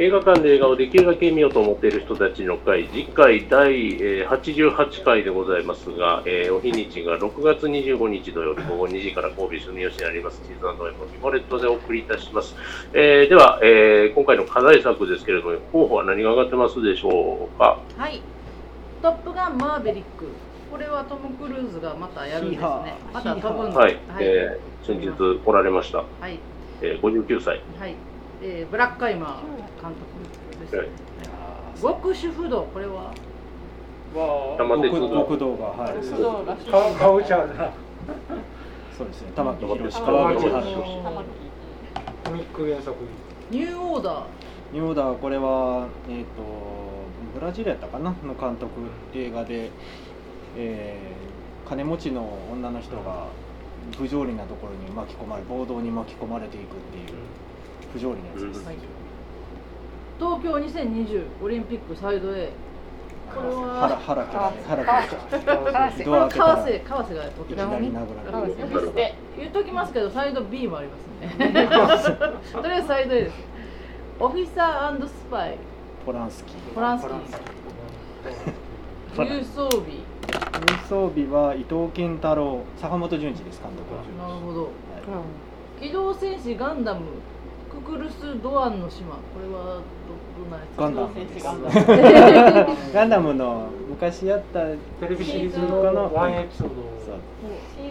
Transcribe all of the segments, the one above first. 映画館で映画をできるだけ見ようと思っている人たちの会、次回第えー88回でございますが、えーお日にちが6月25日土曜日午後2時から神戸住吉にあります、チーズエモミモレットでお送りいたします。えーでは、えー今回の課題作ですけれども、候補は何が上がってますでしょうか。はい。トップガンマーベリック。これはトム・クルーズがまたやるんですヒーハね。ーまた飛ぶんはい、はい。えー先日来られました、はい。えー59歳。はいえーブラックカイマー監督です、ね。はい極主不動、これは。玉手極動極道がはいそうそうそうらしい顔顔ちゃうな。そうですね玉木宏玉川木口宏春玉木コミック原作。ニューオーダー。ニューオーダーこれはえっ、とブラジルやったかなの監督映画で、えー金持ちの女の人が不条理なところに巻き込まれ暴動に巻き込まれていくっていう不条理なやつです、うん東京2020オリンピックサイド A。これハラは。ハラキャラハラキャ川こラド瀬れは川ア開けたら瀬、川瀬がおい手きなり紙。殴ら川れ瀬るそして言っときますけど、サイド B もあります ね。とりあえずサイド A です。オフィサースパイ、ポランスキーポランスキー、重装備。運装備は伊藤健太郎坂本純一です監督は、なるほど。はい機動戦士ガンダムククルス・ドアンの島これはどどんなやつガンダムですガンダムの昔やったテレビシリーズのワンエピソードシー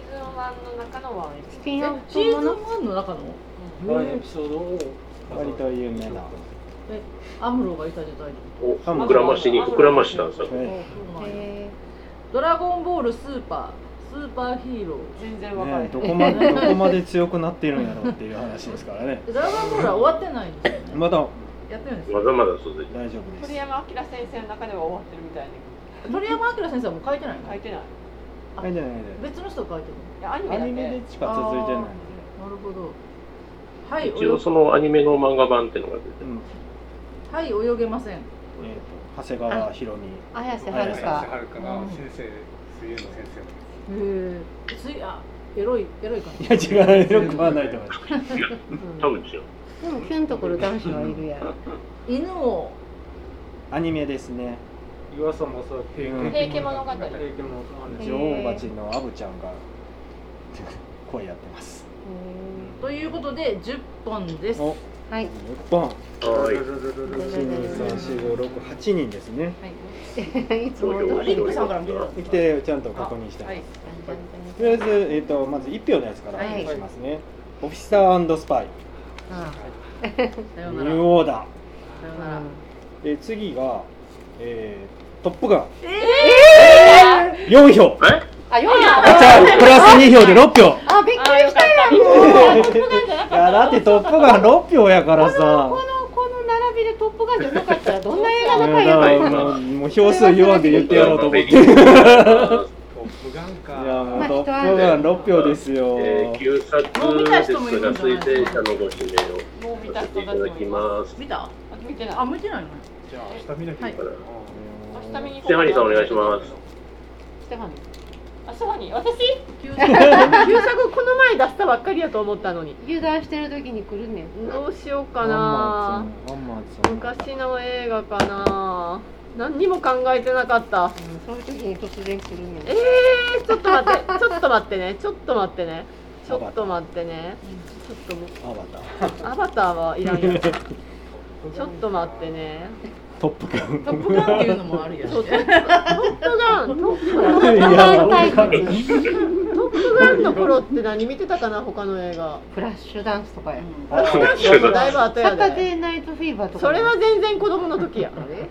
ズン1の中のワンエピソードスピンオシーズンフもの1の中のを。ワンエピソードを。割と有名なアムロがいたじゃないお、膨らましに膨らましたんですよ。ええドラゴンボールスーパースーパーヒーロ全然わかんなねい、どこまでどこまで強くなっているんやろうっていう話ですからねードラゴンボールは終わってないんですよね、まだやってるんですまよだまだ続いて。大丈夫です鳥山明先生の中では終わってるみたいに鳥山明先生はもう書いてないの書いてないはいじゃない別の人が書いてるいやアニでメアだけニメでしか続いてないのなんでるほどはい一応そのアニメの漫画版っていうのが出てうる。んはい泳げませんえーと長谷川博美ー、綾瀬は綾る瀬か。はるかが先生、水泳の先へえついあエロいエロい感じいや違うよくはないと思います多分違う。でもキュンとこる男子はいるやろ。犬をアニメですね岩佐正明。平家物語平家物語。女王蜂のアブちゃんが声やってますということで10本ですおはい。 1本はーい。 1234568人ですねいつも通リりックさんから見てる来てちゃんと確認してますはいとりあえず、えー、とまず1票のやつからおはい願いしますね、オフィサースパイあさニよュうなーらオーダさようならあ。ーで次が、えートップガンえー4票あ四やじゃあプラス2票で6票あ、びっくりしたよ。よもう。トップガンじゃなかっいたやだってトップガン6票やからさこのこの並びでトップガンじゃなかったらどんな映画の回いややだかろう。らもうもう票数言わんで言ってやろうと思っていやトップガンか。もうトップガン6票ですよ、えー、旧作ですが、推薦者のご指名をもう見さたせて人いただとだ思きいまます。見たすあ見てないあ、向いてないのじゃあ明日見なきゃいけないな。明日見にステファニーさんお願いします。ステファニあステファニー私旧作旧作この前出したばっかりやと思ったのにー油断してる時に来るねん。どうしようワかンなマンツーワンマンツー昔の映画かな何にも考えてなかったうんそういう時に突然来るねん。えー、ちょっと待ってち ょっと待ってねちょっと待ってねちょっと待ってねちょっともアバターうアバターはいらんやちょっと待ってねトップガントップガンっていうのもあるやしそうトップガントップガいンや対決。トップガンの頃って何見てたかな他の映画フラッシュダンスとかや。だいぶ後サやタデでーナイトフィーバーとか。それは全然子供の時やあれ。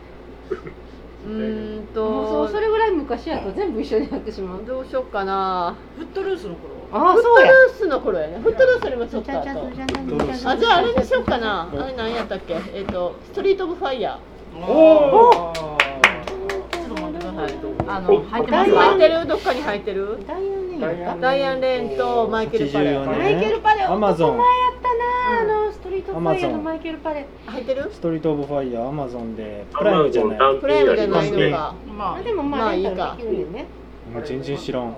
うーんもうそうとそれぐらい昔やと全部一緒になってしまう。どうしようかなフットルースの頃あフッそトうルや。ースの頃やねフットルースよりもちょっと後あじゃああれにしようかなあれ何やったっけえっ、とストリート・オブ・ファイヤおおちょっと待ってくださいあおの、入ってーます入っかてるどっかに入ってるダイアンネイダルイアンダイアン・レーンとマイケル・パレ84マイケルパレアマゾンやったなあのストリートファイヤーのマイケルパレ入ってるストリート・オブ・ファイヤーアマゾンでプアライムマじゃゾンない単プレイムじゃ品なやいりのまかまあでもままああいいレかンタルできるよねもう全然知らんあ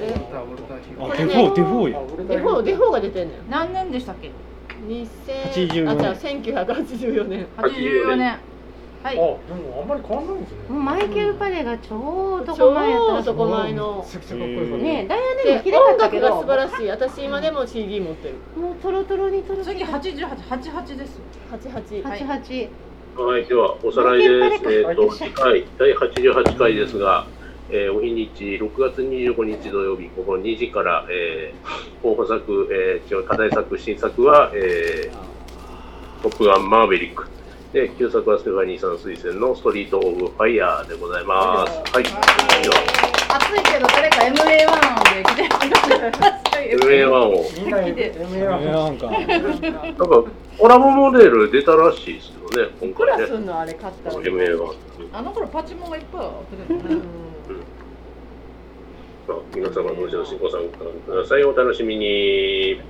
えタオルタヒデフォーデフォーやデフォーデフォーが出てんのよ何年でしたっけえ2000 84あじゃあ1984年84年はあ、いでもあんまり変わんないんですね。もうマイケル・パレが超男超前やった男前のめちゃくちゃかっこよかった。ねえダイアネでも綺麗だ音ったけ楽がど素晴らしい私今でも CD 持ってるもうトロトロにトロトロ次8888です88はい88はい、ではおさらいです。えっ、と次回第88回ですが、えーお日にち6月25日土曜日午後2時から、えー候補作、えー違う課題作新作は、えートップガンマーヴェリック。で旧作はステファニーさん推薦のストリートオブファイヤーでございます。はい。では暑いけど誰か MA1 で来てください MA1 をみんな MA なはんかなんかコラボモデル出たらしいですけどね今ク回ラねス。のあれ買った ら MA1。あの頃パチモンがいっぱいあってるもんねまあ皆様どうぞご参加ください。お楽しみに。